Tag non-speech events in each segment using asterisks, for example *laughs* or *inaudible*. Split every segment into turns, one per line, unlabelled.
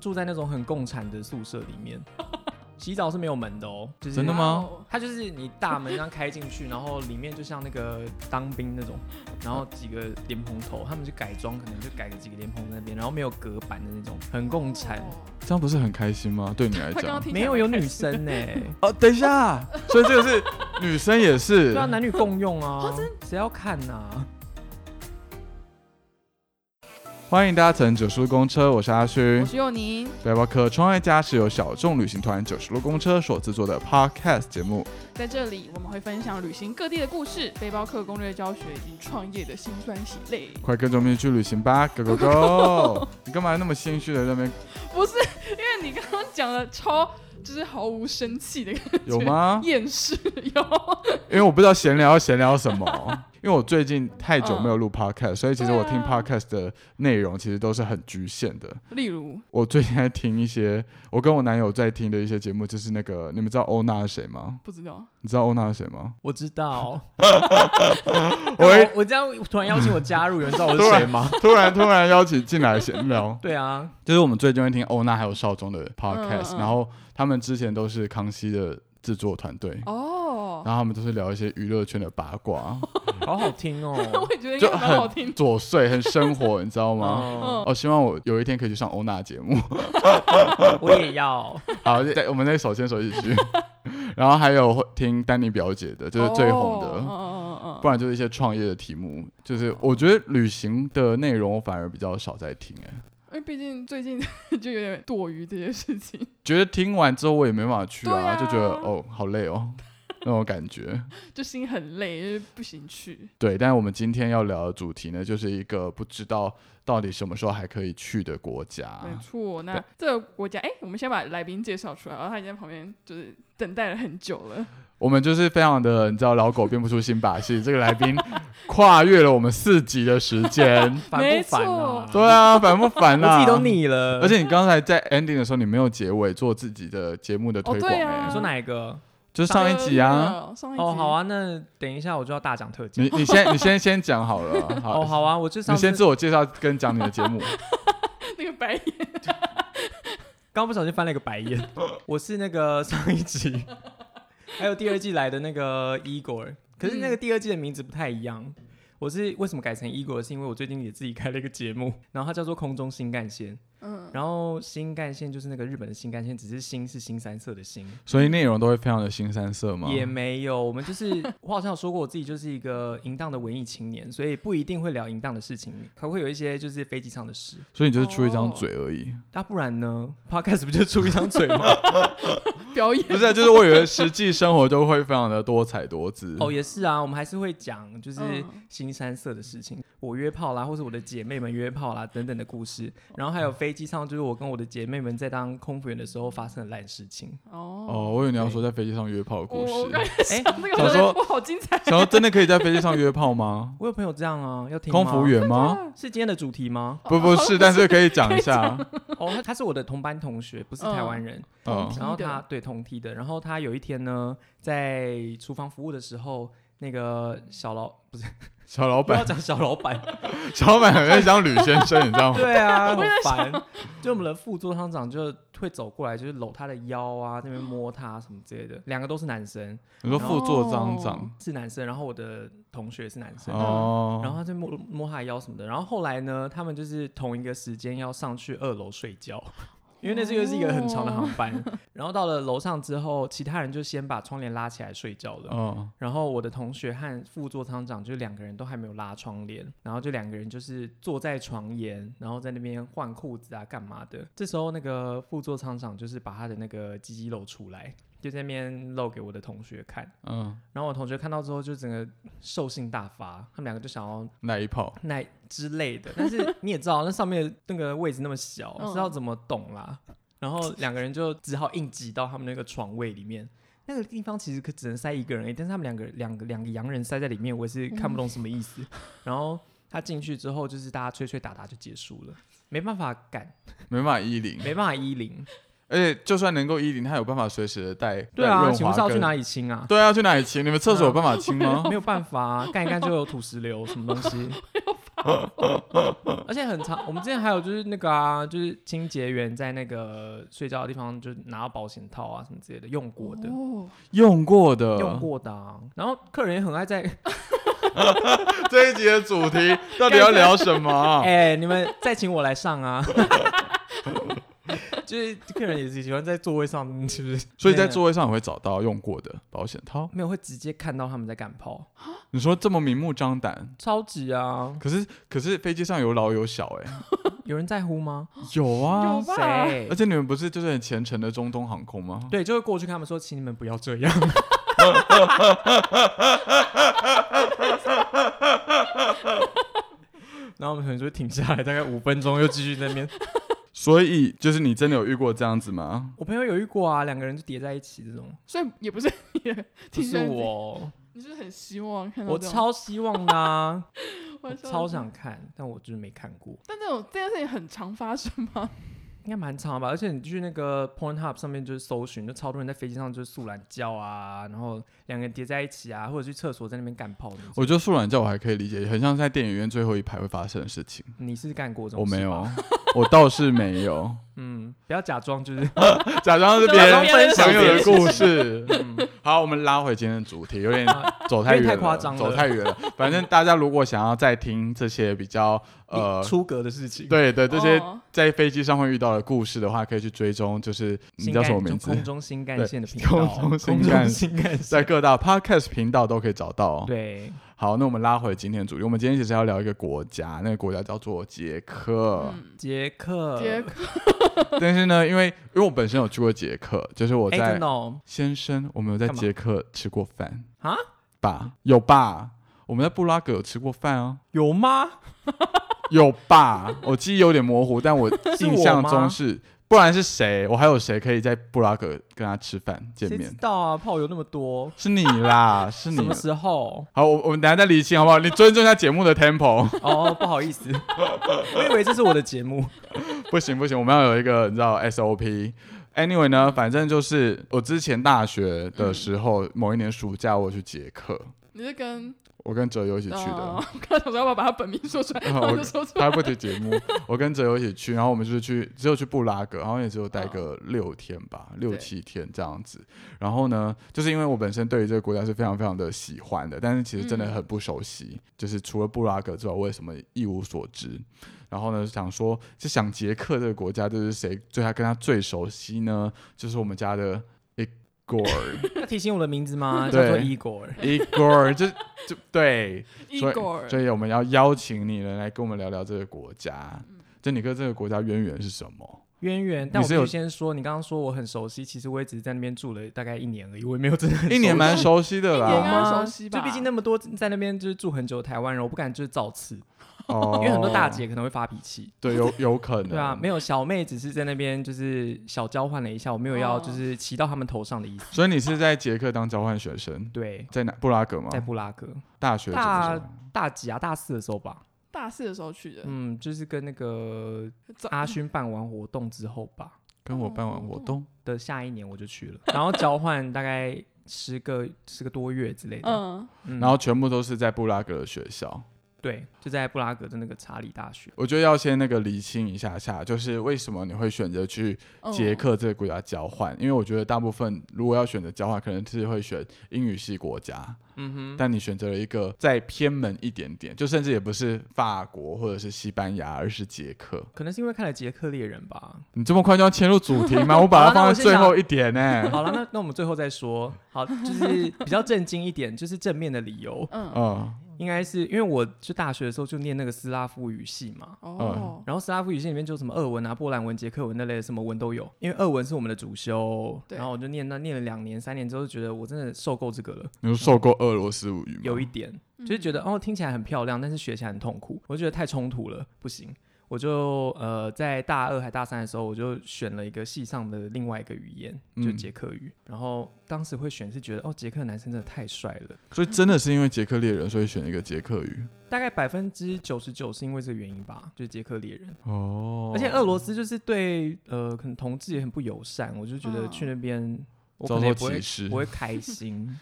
住在那种很共产的宿舍里
*laughs*
面，洗澡是没有门的哦，就是
真的吗
哇哦？
它就是你大门这样开进去，然后里面就像那个当兵那
*laughs*
种，然后几个莲蓬头，他们就改装，可能就改了几个莲蓬在那边，然后没有隔板的那种，很共产。
哦
这样不是很开心吗？对你来
他刚
讲
刚，听起
没
来
有
蛮
有
开
女
心的 *laughs*
生呢、
哦，等一下，所以这个是女生也是
对
*laughs*
啊，男女共用啊
哦真，
谁要看呐、啊？
欢迎搭乘九十路公车，我是阿
我
勋。
是佑宁，
背包客创业家是由小众旅行团九十路公车所制作的 podcast 节目。
在这里我们会分享旅行各地的故事、背包客攻略教学以及创业的辛酸喜泪。
快跟着我们一起去旅行吧，Go Go
*laughs*
Go！你干嘛那么心虚的在那边？
不是，因为你刚刚讲的超就是毫无生气的感觉？
有吗
*laughs* 厌世有。
因为我不知道闲聊要闲聊什
*laughs*
么，因为我最近太久没有录 podcast，所以其实
对啊
我听 podcast 的内容其实都是很局限的。
例如，
我最近在听一些我跟我男友在听的一些节目，就是那个你们知道欧娜是谁吗？
不知道
你知道欧娜是谁
*laughs*
吗？
我知道，
*laughs* 我
我
会
我这样突然邀请我加入，有人知道我是
突然
谁
*laughs*
吗？，
突然突然邀请进来闲聊
对啊，
就是我们最近会听欧娜还有少中的 podcast，、
嗯嗯
然后他们之前都是康熙的制作团队。
哦，
然后他们都是聊一些娱乐圈的八卦，
好好听哦
*laughs*
我。也觉得应
就
该蛮好听 *laughs*
很
的。嗯
琐碎，很生活，你知道吗？
哦，
哦，希望我有一天可以去上欧娜节目。
嗯我也要。
好，再我们再手牵手一起去。 *laughs* 然后还有会听丹妮表姐的，就是最红的。
哦嗯嗯嗯
不
嗯
然就是一些创业的题目，就是我觉得旅行的内容我反而比较少在听、哎，
因为毕竟最近 *laughs* 就有点躲于这些事情，
觉得听完之后我也没办法去啊，
对啊
就觉得哦好累哦， *laughs* 那种感觉。
就心很累，就是不行去。
对，但是我们今天要聊的主题呢，就是一个不知道到底什么时候还可以去的国家。
没错，那
啊对
这个国家，哎、我们先把来宾介绍出来，然后他已经在旁边就是等待了很久了。
我们就是非常的，你知道老狗变不出新把戏，这个来宾 *laughs* 跨越了我们四集的时间。
烦不烦啊？
对啊，烦不烦
我
啊？
自己都腻了。
而且你刚才在 ending 的时候，你没有结尾做自己的节目的推广、
哦对
欸，
啊
你说哪一个？
就是上一集啊。
呃，上一集
哦，好，啊，那等一下我就要大讲特讲。
你你先你先先讲好了，好，
哦，好啊，我就上
你先
次
自我介绍跟讲你的节
*laughs*
目。
那个白 *laughs* 眼
刚不小心翻了一个白
*laughs*
眼。我是那个上一集，还有第二季来的那个 Igor，可是那个第二季的名字不太一样。我是为什么改成 Igor？是因为我最近也自己开了一个节目，然后它叫做空中新干线。嗯，然后新干线就是那个日本的新干线，只是新是新三色的新。
所以内容都会非常的新三色吗？
也没有，我们就是我好像有说过，我自己就是一个淫荡的文艺青年，所以不一定会聊淫荡的事情，还会有一些就是飞机上的事。
所以你就是出一张嘴而已，
那、不然呢？Podcast 不就出一张嘴吗？
*laughs*
表演
不是啊、就是我以为实际生活都会非常的多彩多姿。
哦，也是啊，我们还是会讲就是
嗯
新山色的事情，我约炮啦，或是我的姐妹们约炮啦等等的故事，然后还有飞机上就是我跟我的姐妹们在当空服员的时候发生的烂事情。
哦。
哦，我以为你要说在飞机上约炮的故
我我刚
事，
才想那个
想说
我好精彩，
想说真的可以在飞机上约炮
*laughs*
吗？
我有朋友这样啊，要听吗
空服员吗？？
是今天的主哦题吗
不不是，但是可以讲一下。
哦，他他是我的同班同学，不是台湾人。
嗯
同梯，
然后
的
他对同梯的，然后他有一天呢，在厨房服务的时候，那个小老不是
小老
不要
板，
讲小老
*laughs*
板，
小老板很像像吕先生，你知道吗？
对啊，
我
很
也
烦。就我们的副座舱长就会走过来，就是搂他的腰啊，那边摸他什么之类的。两个都是男生，
你说副座张长
哦
是男生，然后我的同学是男生。
哦，
然后他就摸摸他的腰什么的，然后后来呢，他们就是同一个时间要上去二楼睡觉， *laughs* 因为那这个是一个很长的航班。
哦
然后到了楼上之后，其他人就先把窗帘拉起来睡觉了。
嗯，
然后我的同学和副座舱长就两个人都还没有拉窗帘，然后就两个人就是坐在床沿，然后在那边换裤子啊，干嘛的。这时候那个副座舱长就是把他的那个鸡鸡露出来，就在那边露给我的同学看。
嗯，
然后我同学看到之后就整个兽性大发，他们两个就想要
那一炮，
那之类的。但是你也知道，那上面那个位置那么小，
嗯
知道怎么懂啦。然后两个人就只好硬挤到他们那个床位里面。那个地方其实可只能塞一个人而已，但是他们两个两个两个洋人塞在里面，我也是看不懂什么意思。然后他进去之后，就是大家吹吹打打就结束了，没办法赶，
没办法衣领，
没办法衣领。
而且就算能够衣领，他有办法随时的带
对啊，请
请
问
问
是要去哪？里清啊？
对啊，
哦
去哪里清？你们厕所有办法清吗？
没有办法、啊，干一干就有土石流什么东西。 *laughs* 而且很长。我们之前还有就是那个啊，就是清洁员在那个睡觉的地方，就拿到保险套啊什么之类的，用过的，
哦，
用过的。
*laughs* 用过的、啊。然后客人也很爱在，
这一集的主
*laughs*
题到底要聊什么？啊
哎、你们再请我来上啊。 *laughs* 就是客人也是喜欢在座位上，是不是？
所以在座位上也会找到用过的保险套。
没有会直接看到他们在赶炮，
你说这么明目张胆，
超级啊！
可是可是飞机上有老有小
*laughs*
哎、
有人在乎吗？
有啊
有。吧？
谁
而？且你们不是就是很虔诚的中东航空吗？
对，就会过去跟他们说，请你们不要这样。
*laughs*
然后我们可能就会停下来，大概五分钟，又继续在那边。
所以就是你真的有遇过这样子吗？
我朋友有遇过啊，两个人就叠在一起这种，
所以也不是你的，
不
听起
是
来
哦
我，
你是不是很希望看到
我
这种，
超希望的、
*laughs*
啊，
我
我
超
超想看，但我就是没看过，
但这种这件事情很常发生吗？
应该蛮长吧。而且你去那个 Pornhub 上面就是搜寻，就超多人在飞机上就是素懒觉啊，然后两个人叠在一起啊，或者去厕所在那边干炮那种。
我觉得素软觉我还可以理解，很像在电影院最后一排会发生的事情。
你是干过这
我
种事吧？
没有，我倒是没有，
嗯，不要假装
哎
就是
假装是别
假装
人
别人
朋友
别人
的
的
故事。
嗯
好，我们拉回今天的主题，有点走
因
太
为
远
太夸张了
走太远了。反正大家如果想要再听这些比较呃，
出格的事情。，
对对，这些
哦
在飞机上会遇到的故事的话，可以去追踪，就是你叫什么名字？
空中新干线的频道，
对空中新
空
干
中新干线。
在各大 podcast 频道都可以找到、哦。
对，
好，那我们拉回今天的主题，我们今天其实要聊一个国家，那个国家叫做捷克。
嗯，
捷克，
杰克
但是呢，因为因为我本身有去过捷克，就是我
哎，
在、
真的哦
先生，我们有在
干嘛
捷克吃过饭
啊？
吧？有吧？我们在布拉格有吃过饭
*laughs*
啊？
有吗？
有吧？我记忆有点模糊，
*laughs*
但我
是
印
我
象
吗
中是，不然是谁？我还有谁可以在布拉格跟他吃饭见
谁知
面？
道啊？炮友那么多，
是你
*laughs*
啦，是
什
你？
么。时候
啊好，我我们等一下再理清好不好？你尊重一下节目的 tempo。 *laughs*
哦，不好意思，我以为这是我的节目。
不行不行，我们要有一个你知道 SOP。Anyway 呢，反正就是我之前大学的时候，某一年暑假我去捷克，
你是跟
我跟哲友一起去的
哦。 *laughs* 我刚才想说要不要把他本名
*laughs*
说出来，然
啊
后
我
就说出
他
来。
不听节目， *laughs* 我跟哲友一起去，然后我们就是去，只有去布拉格，然后也只有待个六天吧，六
对
七天这样子。然后呢，就是因为我本身对于这个国家是非常非常的喜欢的，但是其实真的很不熟悉，就是除了布拉格之外，我也什么一无所知。然后呢，想说就想捷克这个国家，就是谁对他跟他最熟悉呢？就是我们家的
*laughs*
Igor，Igor
要提醒我的名字吗？叫
对
做 Igor。
就就对，所以
Igor，
所以我们要邀请你来来跟我们聊聊这个国家，就你跟这个国家渊源是什么？
渊源，但
你
我必须
是有
先说，你刚刚说我很熟悉，其实我也只是在那边住了大概一年而已，我也没有真的很
一
熟
年
悉
蛮熟悉的
有
一年
啦，
啊
吗？
熟悉吧
就毕竟那么多在那边就是住很久的台湾人，我不敢就是造次，
哦
因为很多大姐可能会发脾气。
对有有可能，
对啊，没有小妹只是在那边就是小交换了一下，我没有要
哦
就是骑到他们头上的意思。
所以你是在捷克当交换学生，
对，
在哪布拉格吗？
在布拉格
大学
大
什么时候
大几啊大四的时候吧，
大四的时候去的，
嗯，就是跟那个
早
阿勋办完活动之后吧
跟我办完活动，
的下一年我就去了，然后交换大概十个十个多月之类的，
嗯，
嗯
然后全部都是在布拉格的学校。
对，就在布拉格的那个查理大学。
我觉得要先那个厘清一下下，就是为什么你会选择去
嗯
捷克这个国家交换？因为我觉得大部分如果要选择交换，可能是会选英语系国家。
嗯哼，
但你选择了一个再偏门一点点，就甚至也不是法国或者是西班牙，而是捷克。
可能是因为看了《捷克猎人》吧，
你这么快就要切入主题
*laughs*
吗？我把它
好那我
放在
先
最
讲
后一点呢、
好了，那那我们最后再说。好，就是比较震惊一点，就是正面的理由，
嗯，
嗯，
应该是因为我就大学的时候就念那个斯拉夫语系嘛，
嗯
哦，
然后斯拉夫语系里面就什么俄文啊、波兰文、捷克文那类的什么文都有，因为俄文是我们的主修，
对
然后我就念那念了两年、三年之后，就觉得我真的受够这个了，
你有受过俄罗斯语吗？
有一点就是觉得哦听起来很漂亮，但是学起来很痛苦，我就觉得太冲突了，不行。我就呃，在大二还大三的时候，我就选了一个系上的另外一个语言，就
嗯
捷克语。然后当时会选是觉得哦，捷克男生真的太帅了，
所以真的是因为捷克猎人，所以选一个捷克语。
大概百分之九十九是因为这个原因吧，就是捷克猎人，
哦，
而且俄罗斯就是对呃可能同志也很不友善，我就觉得
嗯
去那边、我可
遭
能也
受
不会
歧视 *laughs*
不。会开心，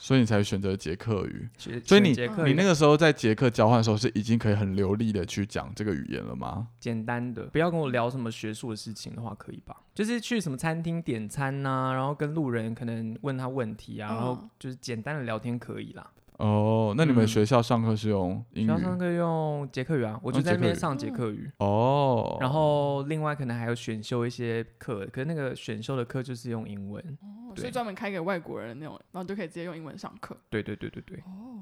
所以你才选择捷克语。
学
所以你
学捷克
你
语
那个时候在捷克交换的时候，是已经可以很流利的去讲这个语言了吗？
简单的，不要跟我聊什么学术的事情的话，可以吧？就是去什么餐厅点餐呐、然后跟路人可能问他问题啊，
嗯
然后就是简单的聊天可以啦。
哦，那你们
嗯
学校上课是用英
学校上
语？
课用捷克语啊，我就
用
在那边
捷克语
上捷克语，
哦，
然后另外可能还有选修一些课，可是那个选修的课就是用英文。
哦，
对
所以专门开给外国人那种，然后就可以直接用英文上课。
对对对对对，
哦，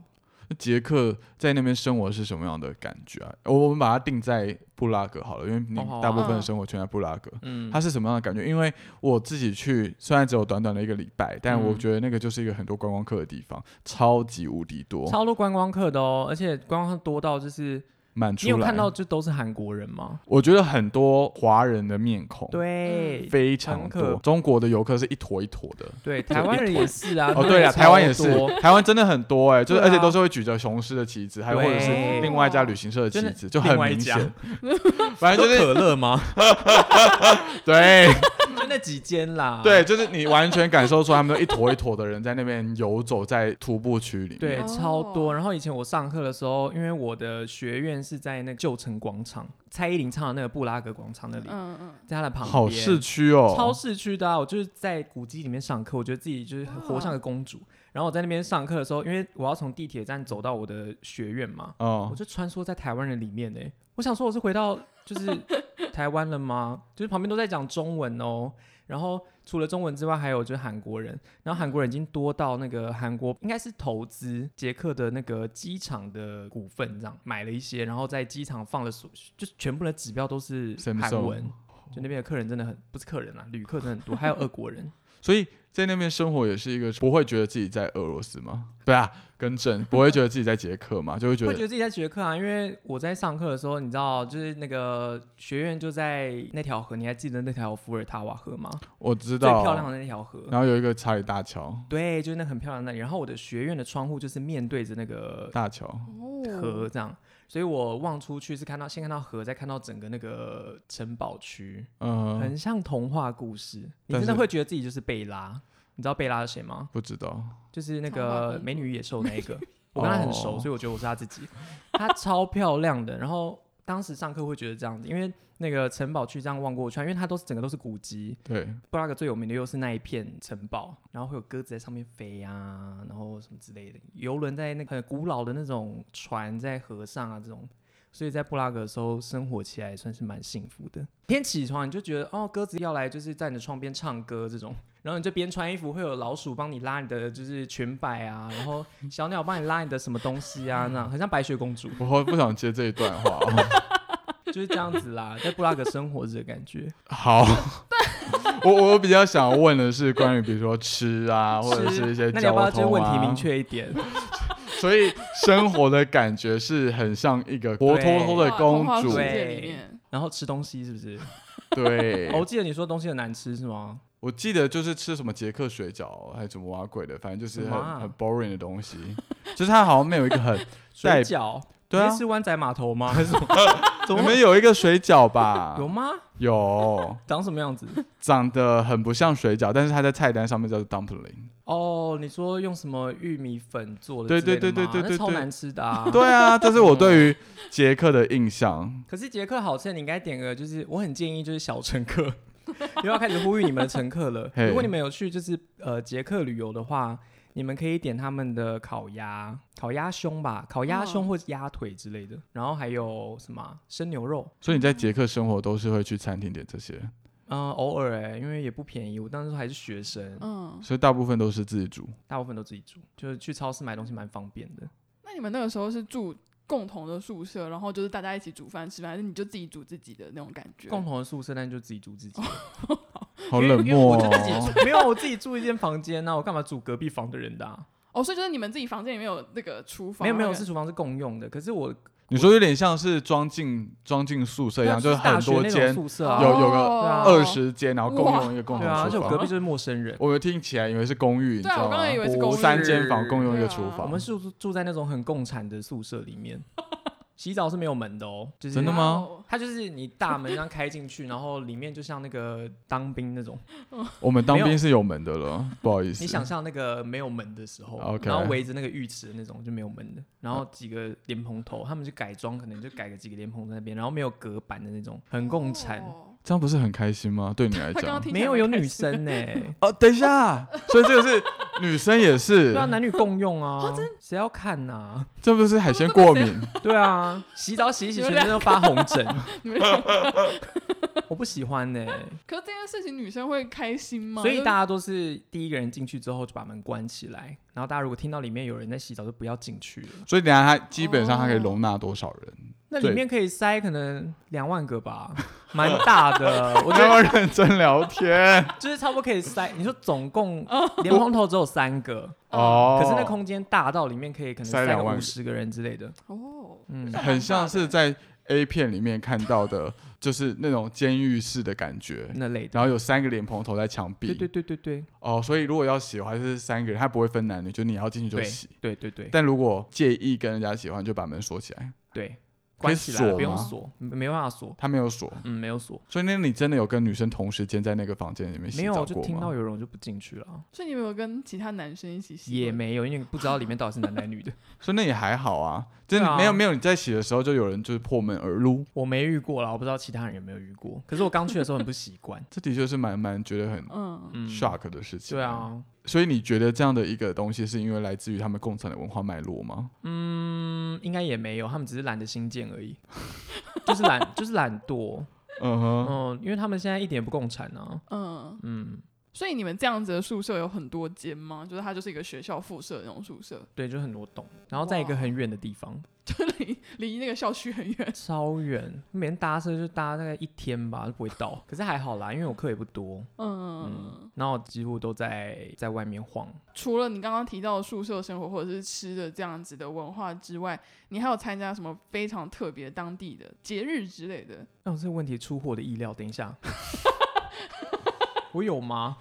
捷克在那边生活是什么样的感觉啊？我我们把它定在布拉格好了，因为你
哦好啊
大部分的
嗯
生活圈在布拉格。
嗯，
它是什么样的感觉？因为我自己去，虽然只有短短的一个礼拜，但我
嗯
觉得那个就是一个很多观光客的地方，超级无敌多，
超多观光客的哦，而且观光客多到就是
满
你
出
有
来。
看到就都是韩国人吗？
我觉得很多华人的面孔，，
对。
非常
很可
多。中国的游客是一坨一坨的。
对，台湾人也是啊。
哦，对
呀，
啊，台湾也是
超多，
台湾真的很多哎、就是
对啊
而且都是会举着雄狮的旗子，还有或者是
对
另外一家旅行社的旗
真的
子，就很
另外一
明
家 *laughs*
显。反正就是
乐
*laughs*
吗？
对
就那几间啦。
对，就是你完全感受出他们一坨一坨的人在那边游走在徒步区里面。
对，
哦
超多。然后以前我上课的时候，因为我的学院是在那个旧城广场，蔡依林唱的那个布拉格广场那里，
嗯嗯，
在它的旁边。
好市区哦，
超市区的啊！我就是在古迹里面上课，我觉得自己就是很活像个公主。然后我在那边上课的时候，因为我要从地铁站走到我的学院嘛，
哦
我，就穿梭在台湾人里面呢、我想说我是回到就是台湾了吗？就是旁边都在讲中文哦。然后除了中文之外，还有就是韩国人。然后韩国人已经多到那个韩国应该是投资捷克的那个机场的股份，这样买了一些，然后在机场放了所，就是全部的指标都是
Samsung
韩文。就那边的客人真的很不是客人啦，旅客真的很多，还有俄国人。
所以在那边生活也是一个不会觉得自己在俄罗斯吗？对啊，更正，不会觉得自己在捷克
*laughs*
嘛，就会觉
会觉
得
得自己在学课啊，因为我在上课的时候，你知道，就是那个学院就在那条河，你还记得那条伏尔塔瓦河吗？
我知
最
道，啊
漂亮的那条河。
然后有一个查理大桥，
对，就是那很漂亮的那里。然后我的学院的窗户就是面对着那个
大桥
河
哦，
这样，所以我望出去是看到先看到河，再看到整个那个城堡区，
嗯、
很像童话故事。你
但
真的
是
会觉得自己就是贝拉，你知道贝拉是谁吗？
不知道，
就是那
童话公
个
主
美女与野兽那一个，我跟她很熟，
哦
所以我觉得我是她自己。她超漂亮的，然后当时上课会觉得这样子，因为那个城堡区这样望过去啊，因为它都是整个都是古迹，
对，
布拉格最有名的又是那一片城堡，然后会有鸽子在上面飞啊，然后什么之类的，游轮在那个很古老的那种船在河上啊这种。所以在布拉格的时候生活起来也算是蛮幸福的。每天起床你就觉得哦，鸽子要来，就是在你的窗边唱歌这种，然后你就边穿衣服，会有老鼠帮你拉你的就是裙摆啊，然后小鸟帮你拉你的什么东西啊，那样很像白雪公主，
我好不想接这一段话、哦。 *laughs*
就是这样子啦，在布拉格生活着的感觉。
好， *laughs* 我我比较想问的是关于比如说吃啊，或者是一些
那你要
交
不要
通啊，
就是问题明确一点？
所以生活的感觉是很像一个活脱脱的公
童话世
主，
对
界里面，
然后吃东西是不是？
对
哦，我记得你说东西很难吃是吗？
我记得就是吃什么捷克水饺还是什么蛙贵的，反正就是
什么
很
啊
很 boring 的东西， *laughs* 就是它好像没有一个很
水
代
饺？
对啊
哎你是，吃湾仔码头吗？还是什么？怎
你
么会
们有一个水饺吧？
*laughs* 有吗？
有
长什么样子？
长得很不像水饺，但是它在菜单上面叫做
*laughs*
dumpling。
哦，你说用什么玉米粉做的
对
之类的吗？
对对对对
那超
对
难吃的啊。
对啊，这是我对于捷克的印象。
可是捷克好吃，你应该点个，就是我很建议就是小乘客， *laughs* 又要开始呼吁你们的乘客了。
嘿
如果你们有去就是呃捷克旅游的话，你们可以点他们的烤鸭、烤鸭胸吧，烤鸭胸
嗯
或者鸭腿之类的，然后还有什么啊生牛肉，
所以你在捷克生活都是会去餐厅点这些，
嗯、偶尔哎、因为也不便宜，我当时还是学生，
嗯，
所以大部分都是自己煮。
大部分都自己煮，就是去超市买东西蛮方便的。
那你们那个时候是住共同的宿舍，然后就是大家一起煮饭吃饭，还是你就自己煮自己的那种感觉？
共同的宿舍，但就自己煮自己，
*laughs* 好冷漠
我就自己 *laughs*
哦。
住，没有我自己住一间房间那、我干嘛住隔壁房的人的、啊？
哦，所以就是你们自己房间里面有那个厨房，啊
没有没有，
然后
是厨房是共用的，可是我
你说有点像是装进装进宿舍一样，
那
啊就是很
啊大学
多
那种
间，
宿舍
那
啊，
有有个
哦
二十间，然后共用一个共
对
同
啊，而且
厨
我
房
隔。壁就是陌生人。
我们听起来以为是公寓，你知
对啊
道
我刚
吗？
刚以为是
公寓
三间房共用一个
对啊
厨
我
房
*laughs*
们。是住住在那种很共产的宿舍里面，洗澡是没有门的哦，就是
真的吗
哇哦？
它就是你大门这样开进去，然后里面就像那个当兵那种，
我们当
没有
兵是有门的了，不好意思。
你想象那个没有门的时候
OK
然后围着那个浴池的那种就没有门的，然后几个莲蓬头，他们就改装，可能就改个几个莲蓬在那边，然后没有隔板的那种，很共产。
哦
这样不是很开心吗？对你来
他刚
讲
刚，听起
没
来
有
蛮
有
开
女
心
生呢、
哦，等一下，所以这个是女生也
*laughs*
是
对啊，，男女共用啊，谁要看呐、
这不是海鲜过敏？
对啊，洗澡洗一洗，
你们
全
俩
身都发红疹，
你们想
我不喜欢呢、
可是这件事情女生会开心吗？
所以
就是
大家都是第一个人进去之后就把门关起来，然后大家如果听到里面有人在洗澡，就不要进去了。
所以等一下它基本上它可以容纳多少人？
那
对
里面可以塞可能两万个吧，蛮大
*laughs*
的。我
我
觉
们要
得
认真聊天
就是差不多可以塞。你说总共连蓬头只有三个，
哦。
可是那空间大到里面可以可能
塞
塞
两
个
万
五
个
十个人之类的。
哦，
嗯，
很像是在 A 片里面看
*laughs*
到的，就是那种监狱式的感觉。
那类的。
然后有三个莲蓬头在墙壁，
对对对对对
哦，所以如果要洗的话，就是三个人，他不会分男女，就你要进去就
对
洗。
对对对
但如果介意跟人家喜欢，就把门锁起来。
对，
可以
关起来了
锁
不用
吗
锁，没没办法锁。
他没有锁，
嗯，没有锁，
所以那你真的有跟女生同时间在那个房间里面洗
没有
澡
就
过
听到
吗？
有人我就不进去了啊，
所以你们有跟其他男生一起洗
也
过
没有，因为不知道里面到底是男男女
*laughs*
的，
所以那也还好啊，真的、
对啊
没有没有你在洗的时候就有人就是破门而入，
我没遇过啦，我不知道其他人有没有遇过。可是我刚去的时候很不习
*laughs*
惯，
这的确是蛮蛮觉得很
嗯，
嗯
shock 的事情。
对，啊，
所以你觉得这样的一个东西是因为来自于他们共产的文化脉络吗？
嗯，应该也没有，他们只是懒得新建而已， *laughs* 就是懒，就是懒惰。
嗯哼，
嗯，因为他们现在一点也不共产啊。
嗯，
嗯，
所以你们这样子的宿舍有很多间吗？就是它就是一个学校附设的那种宿舍，
对，就很多栋，然后在一个
哇
很远的地方，
就离离那个校区很远。
超远，每天搭车就搭大概一天吧，就不会到。 *laughs* 可是还好啦，因为我课也不多，
嗯，
然后我几乎都在在外面晃。
除了你刚刚提到的宿舍生活或者是吃的这样子的文化之外，你还有参加什么非常特别当地的节日之类的？
那、我这个问题出乎我的意料。等一 *laughs* 下，我有吗？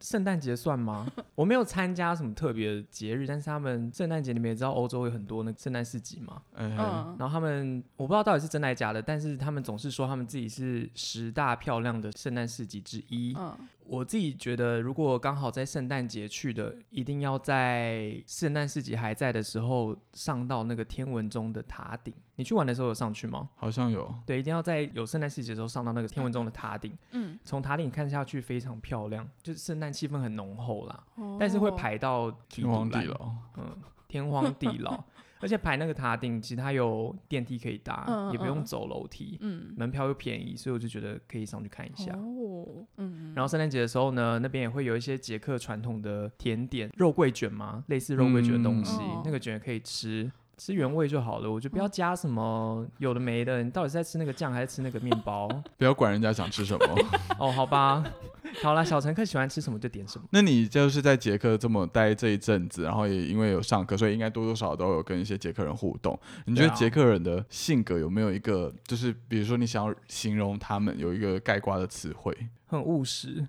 圣诞节算吗？我没有参加什么特别的节日，但是他们圣诞节你们也知道，欧洲有很多那个圣诞市集嘛。
嗯哼，
嗯，
然后他们我不知道到底是真还假的，但是他们总是说他们自己是十大漂亮的圣诞市集之一。
嗯，
我自己觉得，如果刚好在圣诞节去的，一定要在圣诞市集还在的时候上到那个天文钟的塔顶。你去玩的时候有上去吗？
好像有。
对，一定要在有圣诞市集的时候上到那个天文钟的塔顶，
嗯，
*laughs* 从塔顶看下去非常漂亮，就是圣诞气氛很浓厚啦。
哦
但是会排到
天荒地
老，
老，
嗯，天荒地老，而且排那个塔顶，其实它有电梯可以搭，
嗯
也不
嗯
用
嗯
走楼梯，
嗯
门票又便宜，所以我就觉得可以上去看一下。
哦，嗯，
然后圣诞节的时候呢，那边也会有一些捷克传统的甜点，肉桂卷嘛，类似肉桂卷的东西，
嗯
那个卷也可以吃，吃原味就好了。我就不要加什么有的没的，你到底是在吃那个酱还是吃那个面包？
不要管人家想吃
*laughs*
什么。
哦，好吧， *laughs* 好啦，小乘客喜欢吃什么就点什么。
那你就是在捷克这么待这一阵子，然后也因为有上课，所以应该多多少少都有跟一些捷克人互动。你觉
对啊
得捷克人的性格有没有一个，就是比如说你想要形容他们有一个概括的
*laughs*
词汇？
很务实，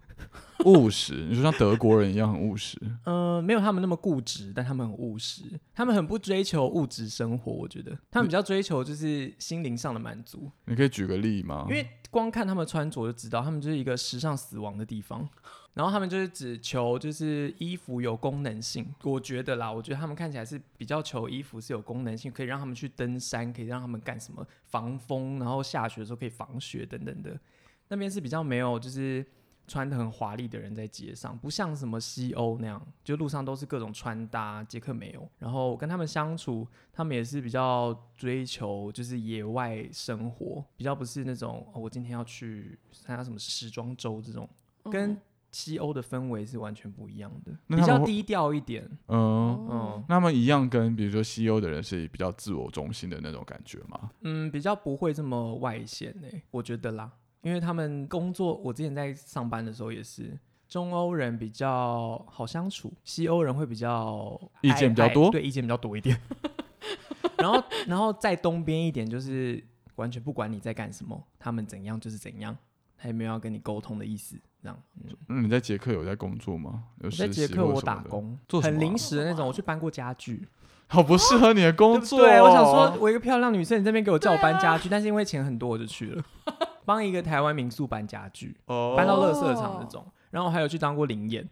务实，你说像德国人一样很务实，
呃，没有他们那么固执，但他们很务实，他们很不追求物质生活，我觉得他们比较追求就是心灵上的满足，
你可以举个例吗？
因为光看他们穿着就知道，他们就是一个时尚死亡的地方。 *laughs* 然后他们就是只求就是衣服有功能性，我觉得啦，我觉得他们看起来是比较求衣服是有功能性，可以让他们去登山，可以让他们干什么防风，然后下雪的时候可以防雪等等的。那边是比较没有就是穿的很华丽的人在街上，不像什么西欧那样，就路上都是各种穿搭，捷克没有。然后我跟他们相处，他们也是比较追求就是野外生活，比较不是那种、哦、我今天要去参加什么时装周这种，
后
跟西欧的氛围是完全不一样的，
那
比
他们
较
会
低调一点。
嗯，
哦
嗯
那他们一样跟比如说西欧的人是比较自我中心的那种感觉吗？
嗯，比较不会这么外显呢、我觉得啦，因为他们工作，我之前在上班的时候也是。中欧人比较好相处，西欧人会比较
意
爱
见比较
爱
多
对，意见比较多一点。 *laughs* 然后，然后在东边一点，就是完全不管你在干什么，他们怎样就是怎样，他也没有要跟你沟通的意思。这样，嗯、
那你在捷克有在工作吗？有
在
实
捷
习
克
或
我
什么
打
的？
工，
做什么
很
啊
临时的那种，我去搬过家具。
好不适合你的工
对不
作、
*laughs*
哦啊
对，我想说，，我一个漂亮女生，你这边给我叫我搬家具，但是因为钱很多，我就去
*laughs*
了，帮一个台湾民宿搬家具，
哦
搬到垃圾场那种。然后我还有去当过灵
*laughs*
演，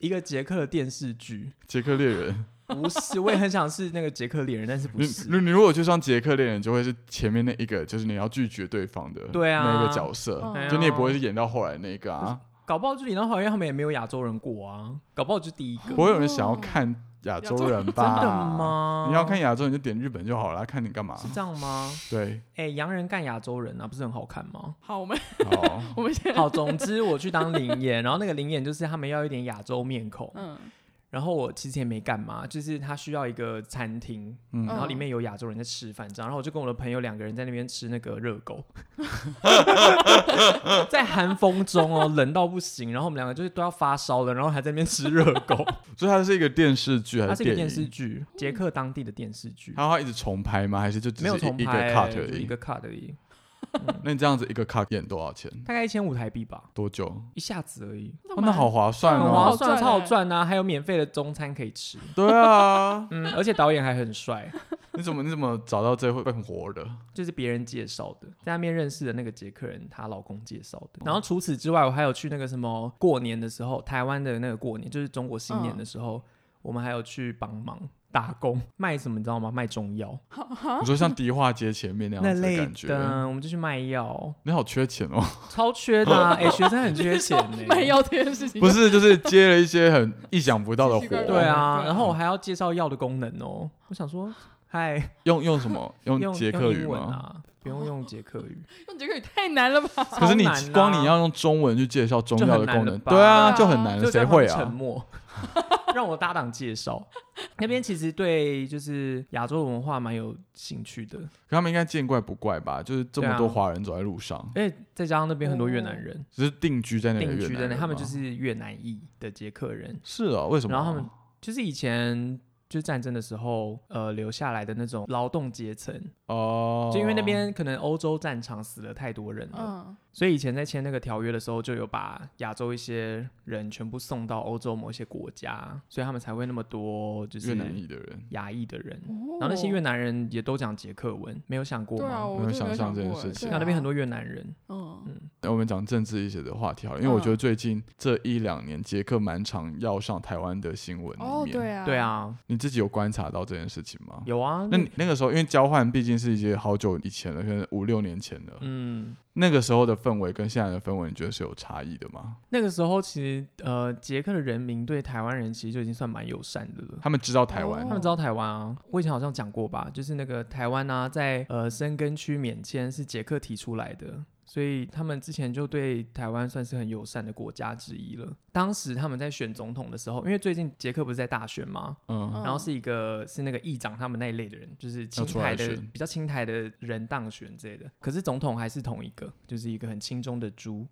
一个捷克的电视剧，
捷克猎人，
不是，我也很想是那个捷克猎人，但是不
你
是。
你你如果去上捷克猎人，就会是前面那一个，就是你要拒绝对方的
对啊
那个角色，
嗯
就你也不会是演到后来那个啊，
搞不好就里头好像他们也没有亚洲人过啊，搞不好就第一个，
不会有人想要看亚洲人
真
吧？
的？吗？
你要看亚洲人就点日本就好了，看你干嘛
是？这样吗？
对，
哎、洋人干亚洲人啊，不是很好看吗？
好，我们
好，
我们先
好，总之我去当灵演，然后那个灵演就是他们要一点亚洲面孔，
嗯
然后我其实也没干嘛，就是他需要一个餐厅， *laughs*
嗯
然后里面有亚洲人在吃饭这样，然后我就跟我的朋友两个人在那边吃那个热
*laughs*
狗，在寒风中哦，冷到不行，然后我们两个就是都要发烧了，然后还在那边吃热狗，
所以它是一个电视剧 *laughs* 还
它
是
是一个
电
电视
影？
剧，捷克当地的电视剧，
它会一直重拍吗？还是就只
没有
是
重
一一个
拍、
cut 而
就是一
已？
个 cut 而已，
那你这样子一个 cut 演多少钱？
大概一千五台币吧，
多久？
一下子而已，
哦那好划算
很
嗯
划算，
哦！
好赚
超好
欸
赚啊！还有免费的中餐可以吃，
对啊，
嗯，而且导演还很帅，
*laughs* 你怎么你怎么找到这会会活的？
就是别人介绍的，在那边认识的那个捷克人，她老公介绍的。然后除此之外，我还有去那个什么过年的时候，台湾的那个过年，就是中国新年的时候，我们还有去帮忙打工，卖什么你知道吗？卖中药
啊
你说像迪化街前面那
那
样子的
类
感觉，
的，我们就去卖药，
你好缺钱哦！
超缺的、啊，哎、学生很缺钱呢、
*laughs* 卖药这件事情，
*laughs* 不是，就是接了一些很意想不到的
奇奇怪
活。
怪
对啊，
对
然后我还要介绍药的功能哦、我想说，嗨，
用用什么？用
用
捷克
用
语
英文
吗？
啊，不用用捷克语。
用这个也太难了吧？
可是你
超难啊
光你要用中文去介绍中药的
就很
功
难
能，
了吧
对啊，
对
就
啊
很难了，
就
谁
叫他
会
们沉
啊？
默， *laughs* 让我搭档介绍。那边其实对就是亚洲文化蛮有兴趣的，
可他们应该见怪不怪吧？就是这
对
么
啊
多华人走在路上，
而且再加上那边很多越南人、
只是定居在那里的
定
哦越
居在
南
那，
人
他们
吗
就是越南裔的捷克人，
是哦，为什么啊？
然后他们就是以前。就是战争的时候，呃，留下来的那种劳动阶层，
哦，
就因为那边可能欧洲战场死了太多人了，
嗯，
所以以前在签那个条约的时候，就有把亚洲一些人全部送到欧洲某些国家，所以他们才会那么多就
越
是
南裔的人，
亚裔的人。
然
然后那些越南人也都讲捷克文，没有想过
哦对
吗？
啊，我
没有
真
想
的
象这件
过
事
哎
情
对
像那边
啊
很多越南人，
嗯
嗯，
那我们讲政治一些的话题好了，因为我觉得最近这一两年捷克蛮常要上台湾的新闻
哦
里面，
对啊
对啊，
你自己有观察到这件事情吗？
有啊，
那你那个时候，因为交换毕竟是一些好久以前的，可能五六年前的，
嗯，那
那个时候的氛围跟现在的氛围，你觉得是有差异的吗？
那个时候其实呃，捷克的人民对台湾人其实就已经算蛮友善的了。
他们知道台湾
他
哦
们知道台湾啊，我以前好像讲过吧，就是那个台湾啊，在呃深根区免签是捷克提出来的，所以他们之前就对台湾算是很友善的国家之一了。当时他们在选总统的时候，因为最近捷克不是在大选吗？
嗯，
然后
嗯
是一个是那个议长他们那一类的人，就是青
出来
台的
选
比较青台的人当选之类的。可是总统还是同一个，就是一个很轻中的猪。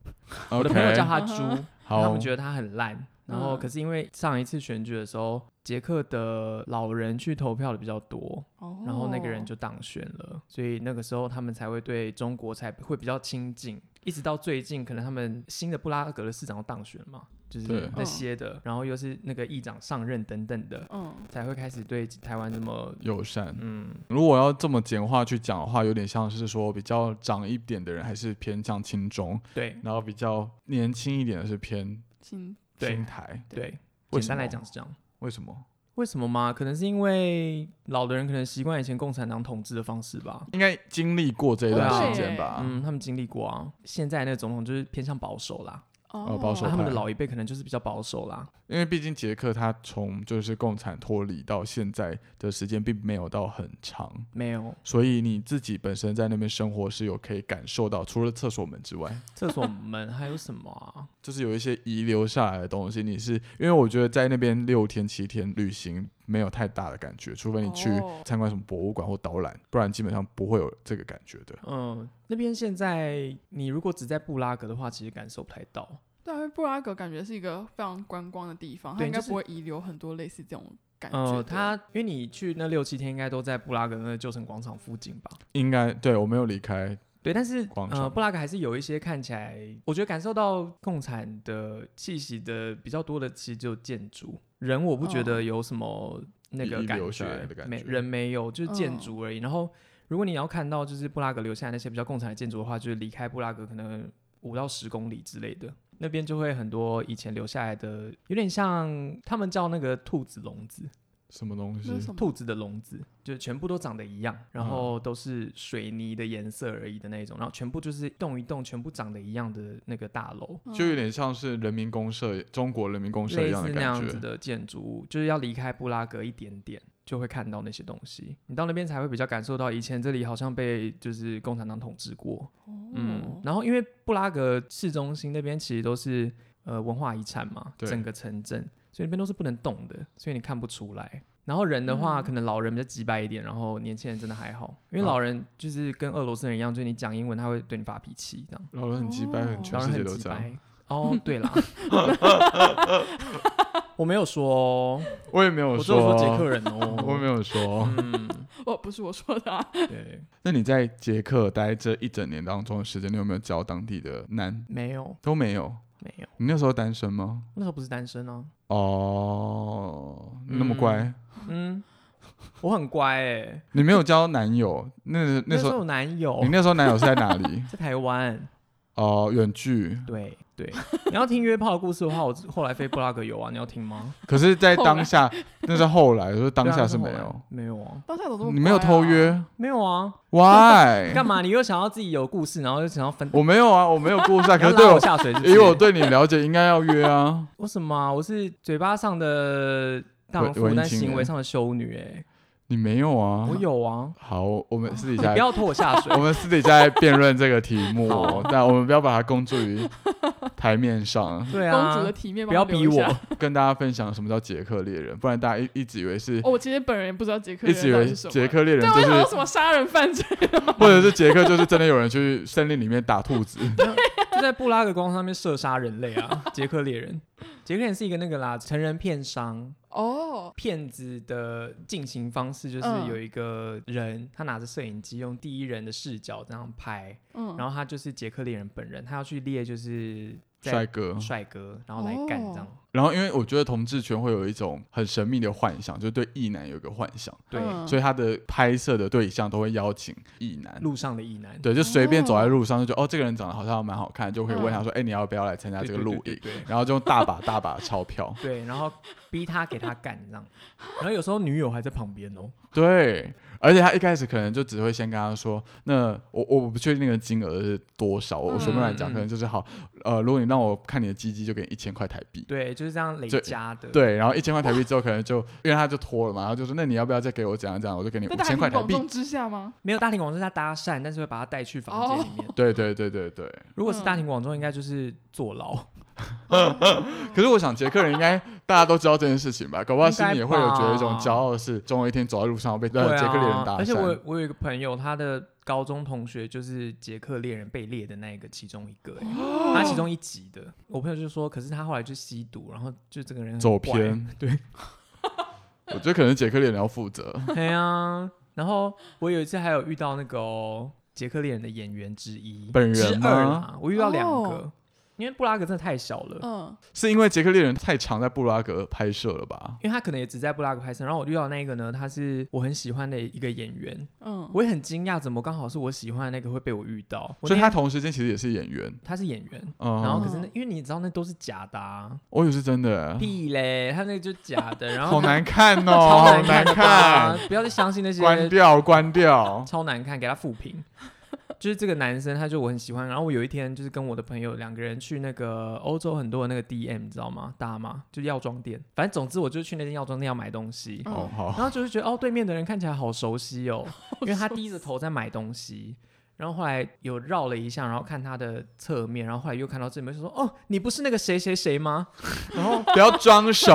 我
我
的朋友叫他
嗯
猪，
哼
他
好
们觉，得他很烂。然后
嗯
可是因为上一次选举的时候，捷克的老人去投票的比较多，
哦
然后那个人就当选了，所以那个时候他们才会对中国才会比较亲近。一直到最近，可能他们新的布拉格的市长当选嘛，就是
对
那些的，然后又是那个议长上任等等的，
嗯
才会开始对台湾这么
友善。
嗯
如果要这么简化去讲的话，有点像是说比较长一点的人还是偏向轻中，
对
然后比较年轻一点的是偏
亲
对
青台。
对，
为
简
什
单来
么
讲是这样。
为什么？
为什么吗？可能是因为老的人可能习惯以前共产党统治的方式吧。
应该经历过这一段时
对
间吧？
嗯，他们经历过啊。现在那个总统就是偏向保守啦，
哦
呃保守
啊、他
派
们的老一辈可能就是比较保守啦。
因为毕竟捷克它从就是共产脱离到现在的时间并没有到很长，
没有
所以你自己本身在那边生活是有可以感受到，除了厕所门之外，
厕所门还有什么啊？
就是有一些遗留下来的东西。你是因为我觉得在那边六天七天旅行没有太大的感觉，除非你去
哦
参观什么博物馆或导览，不然基本上不会有这个感觉的。
嗯，那边现在你如果只在布拉格的话，其实感受不太到。
对啊，因为布拉格感觉是一个非常观光的地方，它
对
应该
就是
不会遗留很多类似这种感哎觉
呃，
的。
他因为你去那六七天，应该都在布拉格那个旧城广场附近吧？
应该对我没有离开，
对，但是
广
呃，
场
布拉格还是有一些看起来，我觉得感受到共产的气息的比较多的，其实就建筑。人我不觉
哦
得有什么那个
比
感
留学
觉
的，感
没
觉哦
人没有，就是建
嗯
筑而已。然后如果你要看到就是布拉格留下来那些比较共产的建筑的话，就是离开布拉格可能五到十公里之类的，那边就会很多以前留下来的，有点像他们叫那个兔子笼子，
什么东西
那？是什么？
兔子的笼子，就是全部都长得一样，
嗯
然后都是水泥的颜色而已的那种，然后全部就是一栋一栋全部长得一样的那个大楼。
嗯
就有点像是人民公社、中国人民公社一
类
样
似
的
那
感
样子
觉。
的建筑物，就是要离开布拉格一点点，就会看到那些东西。你到那边才会比较感受到，以前这里好像被就是共产党统治过。嗯，
嗯，哦
然后因为布拉格市中心那边其实都是呃文化遗产嘛，
对
整个城镇，所以那边都是不能动的，所以你看不出来。然后人的话，
嗯
可能老人比较急白一点，然后年轻人真的还好，因为
啊
老人就是跟俄罗斯人一样，就是你讲英文他会对你发脾气这样。
老人很鸡掰，很
哦
全
老人
世
很
界都
直
这样。
白。哦，对
*laughs*
啦，我没有说哦，
我也没
我
有
只有说捷
说啊
克人
*laughs* 我没
哦。
有说。啊
嗯，
哦，不是我说的啊，
*laughs*
对，
那你在捷克待这一整年当中的时间，你有没有交当地的男？
没有
都没有。
没有，
你那时候单身吗？
那时候不是单身啊。
哦，那么
嗯
乖， *laughs*
嗯，我很乖哎，
你没有交男友？
*laughs*
那
那
那
时
时
候
候
有男友？
你那时候男友是在哪里
*laughs* 在台湾。
哦，远距。
对对， *laughs* 你要听约炮的故事的话，我后来飞布拉格有啊，你要听吗？
可是，在
后
当
来
*laughs*
下，那是后来，就是当
对啊
下
那
是
后
没
来
有。
没有啊，
当下怎么这么
你没有
乖啊
偷？
*laughs*
约
没有啊，
？Why？
干嘛？你又想要自己有故事，然后又想要分，
我没有啊，我没有故事
*laughs*
啊。
你要
可是对
拉
我
我，下水是不
以
是？
我对你了解，应该要约啊。
为什么啊、我是嘴巴上的荡
文
妇，
文
但
青
行为
欸
上的修女、欸。
你没有啊？
我。有啊，
好，我们私
你
底下
不，要拖我下水
*laughs* 我。们私底下来辩论这个题目哦
好，
但我们不要把它公诸于台面上，
对
公主
啊
的，体面，
不要逼我。。
跟大家分享什么叫捷克猎人，不然大家一一直以为是，
哦，我其实本人也不知道杰克
一
人
直以
到底
为
是什么。
捷克猎人
对，啊我
就
想
是
到什么杀人犯罪，
或者是杰克，就是真的有人去森林里面打兔子。
就在布拉格光上面射杀人类啊，捷克猎人，捷克猎人是一个那个啦，成人片商。
哦，
骗子的进行方式就是
嗯
有一个人，他拿着摄影机用第一人的视角这样拍，
嗯，
然后他就是捷克猎人本人，他要去猎就是在
帅哥，
帅哥，然后来干这
哦
样。
然后因为我觉得同志圈会有一种很神秘的幻想，就是对异男有一个幻想，
对，
嗯
所以他的拍摄的对象都会邀请异男，
路上的异男，
对，就随便走在路上就觉得哦，这个人长得好像蛮好看，就可以问
嗯
他说，哎、你要不要来参加
对 *laughs*
这个
对
录
对
影？
对对
然后就用大把大把的钞票， *laughs*
对，然后逼他给他干这样，然后有时候女友还在旁边哦。
对，而且他一开始可能就只会先跟他说，那我我不确定那个金额是多少，我随便来讲，
嗯
可能就是好，呃，如果你让我看你的鸡鸡，就给你一千块台币。
对，就是这样累
对
加的。，
对，然后一千块台币之后，可能就因为他就拖了嘛，然后就说那你要不要再给我怎样怎样，我
*laughs*
就给你
在
五
大
千
庭
块台
广
币。
众之下吗？
没有大庭广众下搭讪，但是会把他带去房间里面。
哦
对对对对对。
如果是
嗯
大庭广众，应该就是坐牢。
可是我想捷克人应该大家都知道这件事情
*laughs*
吧？搞不好
应
心
该
里也会有觉得一种
吧
骄傲的是，总有一天走在路上被
对
呃捷克猎人
啊
搭，
而且
讪
我。我有一个朋友，他的高中同学就是捷克猎人被猎的那一个其中一个、欸
哦
他其中一集的。我朋友就说，可是他后来就吸毒，然后就这个人很
走
怪
偏。
对，
*laughs* 我觉得可能捷克猎人要负责。
*laughs* 对啊。然后我有一次还有遇到那个哦，捷克猎人的演员之一，
本人
之
吗
二啦，我遇到两个，
哦
因为布拉格真的太小了。
嗯，
是因为捷克猎人太常在布拉格拍摄了吧？
因为他可能也只在布拉格拍摄，然后我遇到那一个呢，他是我很喜欢的一个演员，
嗯，
我也很惊讶，怎么刚好是我喜欢的那个会被我遇到？我
所以
那
他
天
同时间其实也是演员。
他是演员，
嗯，
然后可是那因为你知道那都是假的、啊，
我以为是真的，
屁嘞，他那个就假的，然后
嗯好
*laughs*
难看哦，
超
好
看
难
的吧
看，，
不要再相信那
关
些
掉，关掉。
超难看，给他复评。就是这个男生，他就我很喜欢。然后我有一天就是跟我的朋友两个人去那个欧洲很多的那个 DM，你知道吗？大妈就是药妆店，反正总之我就去那间药妆店要买东西。
嗯
哦，好， *laughs*
然后就是觉得哦，对面的人看起来好熟悉哦，因为他低着头在买东西。然后后来有绕了一下，然后看他的侧面，然后后来又看到这边，就说：“哦，你不是那个谁谁谁吗？”然后
不要
*laughs*
装熟。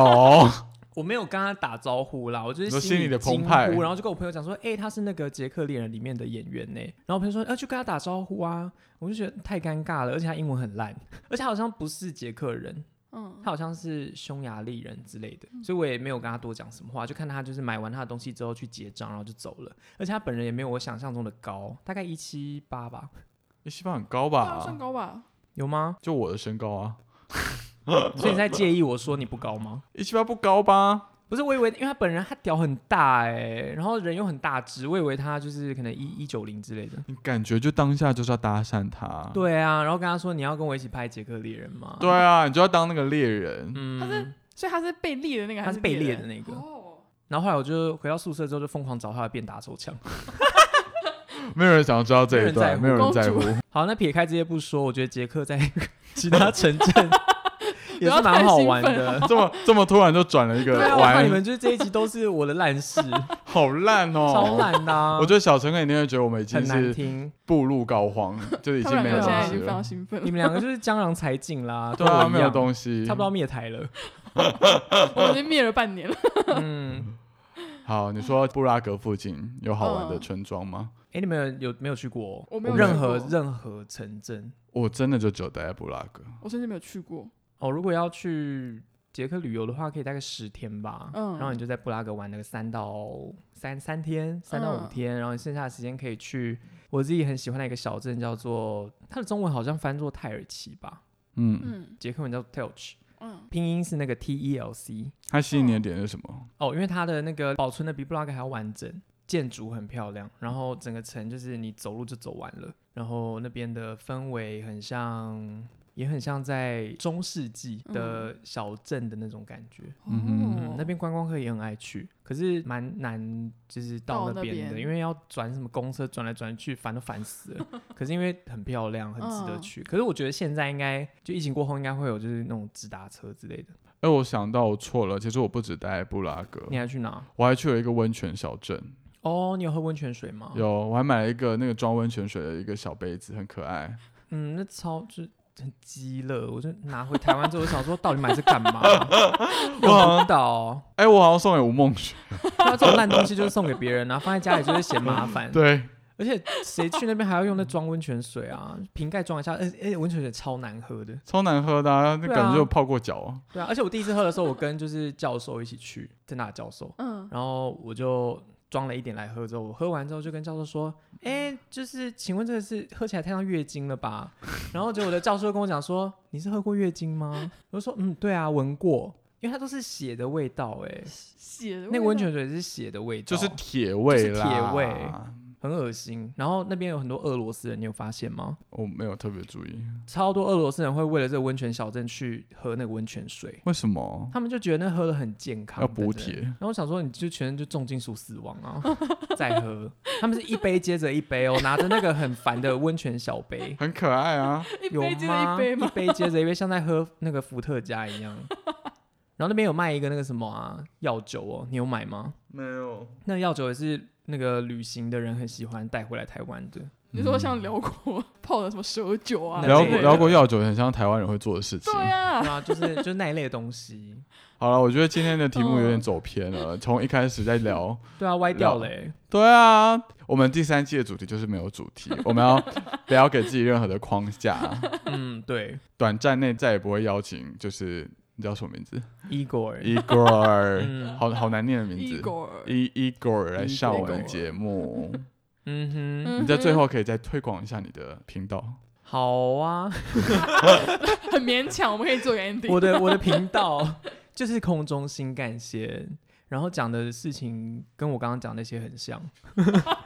我没有跟他打招呼啦，我就是
你说
心
心里的澎
惊
湃
呼然后就跟我朋友讲说：“哎、他是那个《杰克猎人》里面的演员呢。”然后我朋友说：“要、呃去跟他打招呼啊！”我就觉得太尴尬了，而且他英文很烂，而且他好像不是捷克人，
嗯，
他好像是匈牙利人之类的，所以我也没有跟他多讲什么话，就看他就是买完他的东西之后去结账，然后就走了。而且他本人也没有我想象中的高，大概一七八吧，
你西方很高
那算
吧？？
高吧？
有吗
就我的身高啊，
所以你在介意我说你不高吗？
一七八不高吧？
不是，我以为，因为他本人他屌很大哎、然后人又很大只，我以为他就是可能一一九零之类的。
你感觉就当下就是要搭讪他，
对啊，然后跟他说你要跟我一起拍《杰克猎人》吗？
对，啊，你就要当那个
*laughs*
猎人，
嗯，
所以他是被猎的那个，
他
还
是被猎
猎
的那个。
哦，
然后后来我就回到宿舍之后就疯狂找他的变打手枪。
没有人想要知道这一段，没
没
有
有
人
人
在
在
乎
乎。
好，那撇开这些不说，我觉得杰克在 *laughs* 其他城 *laughs* 镇也
不要
是蛮
太
好
兴
玩
奋
的。
*laughs* 这么这么突然就转了一个
对啊，我看你
弯，
们就是这一集都是我的烂 *laughs* 事，
好烂
超
哦！
烂的啊、
我觉得小陈肯定会觉得我们已经
很难
是
听。
步入膏肓，就是已
他
经
们
没
两
有
个
东
现在已
西
经非常
了。
兴
你
奋
*laughs*
了，
们两个就是江郎才尽 *laughs* 啦，
对
跟我
啊，
一
没有
样
东西。
差不多要灭台 *laughs* 了。
我们已经灭了半年了。
嗯，
好，你说布拉格附近有好玩的
嗯
村庄吗？
哎、你们有有没有去过？
我没有
任
去
何
过
任何城镇
我真的就只有待在布拉格。
我甚至没有去过，
哦。如果要去捷克旅游的话，可以大概十天吧。
嗯
然后你就在布拉格玩那个三到三三天，三到五
嗯
天，然后你剩下的时间可以去我自己很喜欢的一个小镇，叫做它的中文好像翻作泰尔奇吧，
嗯，
嗯
捷克文叫 Telch，
嗯，
拼音是那个 T E L C。
它吸引你的点是什么？
哦，因为它的那个保存的比布拉格还要完整，建筑很漂亮，然后整个城就是你走路就走完了，然后那边的氛围很像，也很像在中世纪的小镇的那种感觉。
嗯哼
哦
嗯，那边观光客也很爱去，可是蛮难，就是到
到
那
那
边的，
边
因为要转什么公车转来转去，烦都烦死了。 *laughs* 可是因为很漂亮，很值得
嗯
去。可是我觉得现在应该就疫情过后，应该会有就是那种直达车之类的。
哎，我想到我错了，其实我不只待在布拉格，
你还去哪？
我还去了一个温泉小镇，
哦，你有喝温泉水吗？
有我还买了一个那个装温泉水的一个小杯子，很可爱。 *laughs*
嗯，那超就是很鸡肋，我就拿回台湾之后，我想说到底买这干嘛？用不到，
*laughs* 哎，我好像送给吴梦雪。
对哦啊，这种烂东西就是送给别人啊，放在家里就是嫌麻烦。
对，
而且谁去那边还要用那装温泉水啊？瓶盖装一下，而而且温泉水超难喝的。
超难喝的、啊，那
对啊
感觉有泡过脚啊。
对啊，而且我第一次喝的时候，我跟就是教授一起去，在那教授，
嗯，
然后我就装了一点来喝，之后我喝完之后就跟教授说，哎、就是请问这个是喝起来太像月经了吧？ *laughs* 然后结果我的教授跟我讲说，你是喝过月经吗？我就说，嗯，对啊，闻过，因为它都是血的味道、哎，
血的
那个
味
温
道
泉水是血的味道，
就是铁味啦，
就是铁味很恶心。然后那边有很多俄罗斯人，你有发现吗？
我没有特别注意，
超多俄罗斯人会为了这个温泉小镇去喝那个温泉水，
为什么
他们就觉得那喝的很健康，
要
等
补
等
铁？，
然后我想说，你就全身就重金属死亡啊！再喝，他们是一杯接着一杯哦，拿着那个很烦的温泉小杯
很可爱啊，
一
有
杯接着
吗？
一杯吗？
接着一杯，像在喝那个伏特加一样。然后那边有卖一个那个什么啊药酒哦，你有买吗？
没有，
那个药酒也是那个旅行的人很喜欢带回来台湾的。
你说像
*laughs*
辽国泡的什么蛇酒啊之
那
类的？
聊
这个
聊过药酒，很像台湾人会做的事情。
对啊，
对啊，就是就是那一类的东西。
好了，我觉得今天的题目有点走偏
嗯
了，从一开始在聊。
对啊，歪掉了、欸。
对啊，我们第三季的主题就是没有主题，我
*laughs*
们要不要给自己任何的框架？
嗯，对
短暂内再也不会邀请，就是你叫什么
*laughs*
名字
，Igor。
？Igor，
嗯
好好难念的名
一
字。嗯
狗儿，
伊 Igor 来上我们
Igor *laughs*
节目。
嗯哼，
嗯
你在最后可以再推广一下你的频道。
好啊。
很勉强，我们可以做个 ending。
我的我的频道就是空中新干线，然后讲的事情跟我刚刚讲那些很像，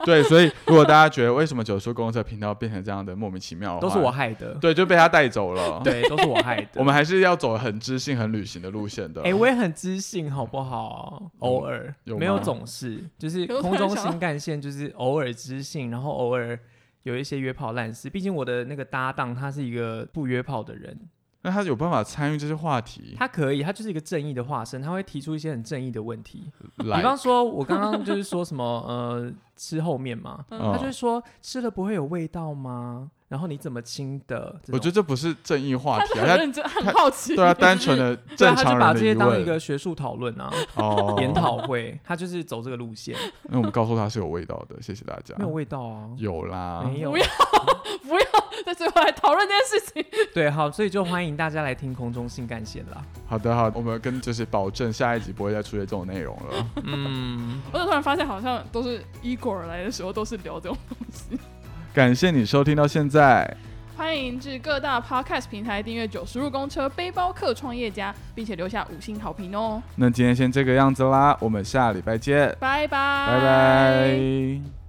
对，所以如果大家觉得为什么九叔公司的频道变成这样的莫名其妙的
都
话
是我害的，
对，就被他带走了。，
*laughs* 对，都是我害的。
*laughs* 我们还是要走很知性、很旅行的路线的。
哎、我也很知性，好不好？偶尔
嗯有
没有
吗
总是，就是
有
空
突然
中
想到
新干线，就是偶尔知性，然后偶尔有一些约炮烂事。毕竟我的那个搭档他是一个不约炮的人，
那他有办法参与这些话题？
他可以，他就是一个正义的化身，他会提出一些很正义的问题。
来
比，方说，我刚刚就是说什么呃吃后面嘛，
嗯
他就会说吃了不会有味道吗？然后你怎么清的？这
我觉
种
得这不是正义话
他
题
是
啊，
很
他 *laughs*
认真，很好奇。
对啊，单纯的
*laughs* 对啊
正
他就
常
把
人
这
的疑
些当一
问
个学术讨论啊、
哦
研。讨会，他就是走这个路线，
*laughs* 那我们告诉他是有味道的，谢谢大家
没。有味道啊，
有啦，
没有
*laughs* 不。要不要在最后来讨论这件事情。
对，好，所以就欢迎大家来听空中性干线啦。
好的好的，我们跟就是保证下一集不会再出现这种内容了。 *laughs*
嗯，
我就突然发现，好像都是一狗儿来的时候都是聊这种东西。
感谢你收听到现在，
欢迎至各大 podcast 平台订阅《九十路公车背包客创业家》，并且留下五星好评哦，
那今天先这个样子啦，我们下礼拜见，
拜拜，
拜拜